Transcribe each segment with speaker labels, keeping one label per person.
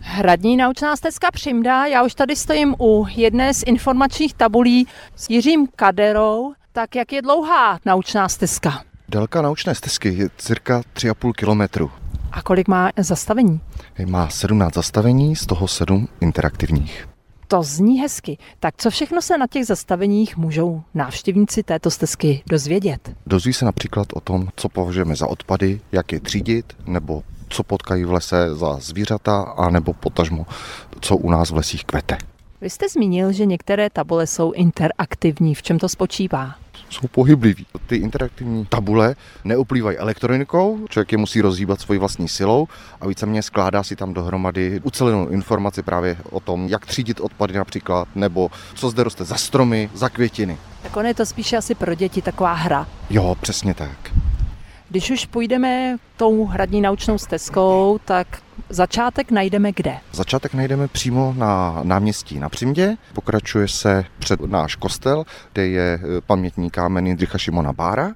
Speaker 1: Hradní naučná stezka Přimda. Já už tady stojím u jedné z informačních tabulí s Jiřím Kaderou. Tak jak je dlouhá naučná stezka?
Speaker 2: Délka naučné stezky je cirka 3,5 kilometru.
Speaker 1: A kolik má zastavení?
Speaker 2: Má 17 zastavení, z toho 7 interaktivních.
Speaker 1: To zní hezky. Tak co všechno se na těch zastaveních můžou návštěvníci této stezky dozvědět?
Speaker 2: Dozví se například o tom, co považujeme za odpady, jak je třídit, nebo co potkají v lese za zvířata, anebo potažmo, co u nás v lesích kvete.
Speaker 1: Vy jste zmínil, že některé tabule jsou interaktivní. V čem to spočívá?
Speaker 2: Jsou pohybliví. Ty interaktivní tabule neoplývají elektronikou, člověk je musí rozhýbat svojí vlastní silou a víceméně skládá si tam dohromady ucelenou informaci právě o tom, jak třídit odpady například, nebo co zde roste za stromy, za květiny.
Speaker 1: Tak ono je to spíše asi pro děti taková hra.
Speaker 2: Jo, přesně tak.
Speaker 1: Když už půjdeme tou hradní naučnou stezkou, tak začátek najdeme kde?
Speaker 2: Začátek najdeme přímo na náměstí na Přimdě. Pokračuje se před náš kostel, kde je e, pamětní kámen Jindřicha Šimona Bára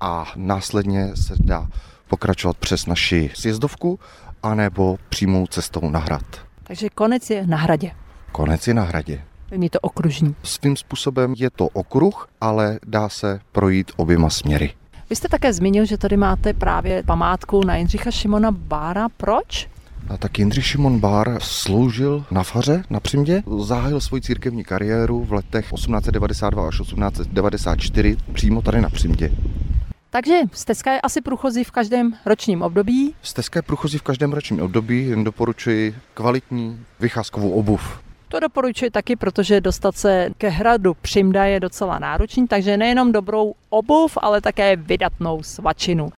Speaker 2: a následně se dá pokračovat přes naši sjezdovku anebo přímou cestou na hrad.
Speaker 1: Takže konec je na hradě.
Speaker 2: Konec je na hradě.
Speaker 1: Není to okružní.
Speaker 2: Svým způsobem je to okruh, ale dá se projít oběma směry.
Speaker 1: Vy jste také zmínil, že tady máte právě památku na Jindřicha Šimona Bára. Proč?
Speaker 2: A tak Jindřich Šimon Bár sloužil na faře na Přimdě, zahájil svoji církevní kariéru v letech 1892 až 1894 přímo tady na Přimdě.
Speaker 1: Takže stezka je asi průchozí v každém ročním období.
Speaker 2: Stezka je průchozí v každém ročním období, jen doporučuji kvalitní vycházkovou obuv.
Speaker 1: To doporučuji taky, protože dostat se ke hradu Přimda je docela náročný, takže nejenom dobrou obuv, ale také vydatnou svačinu.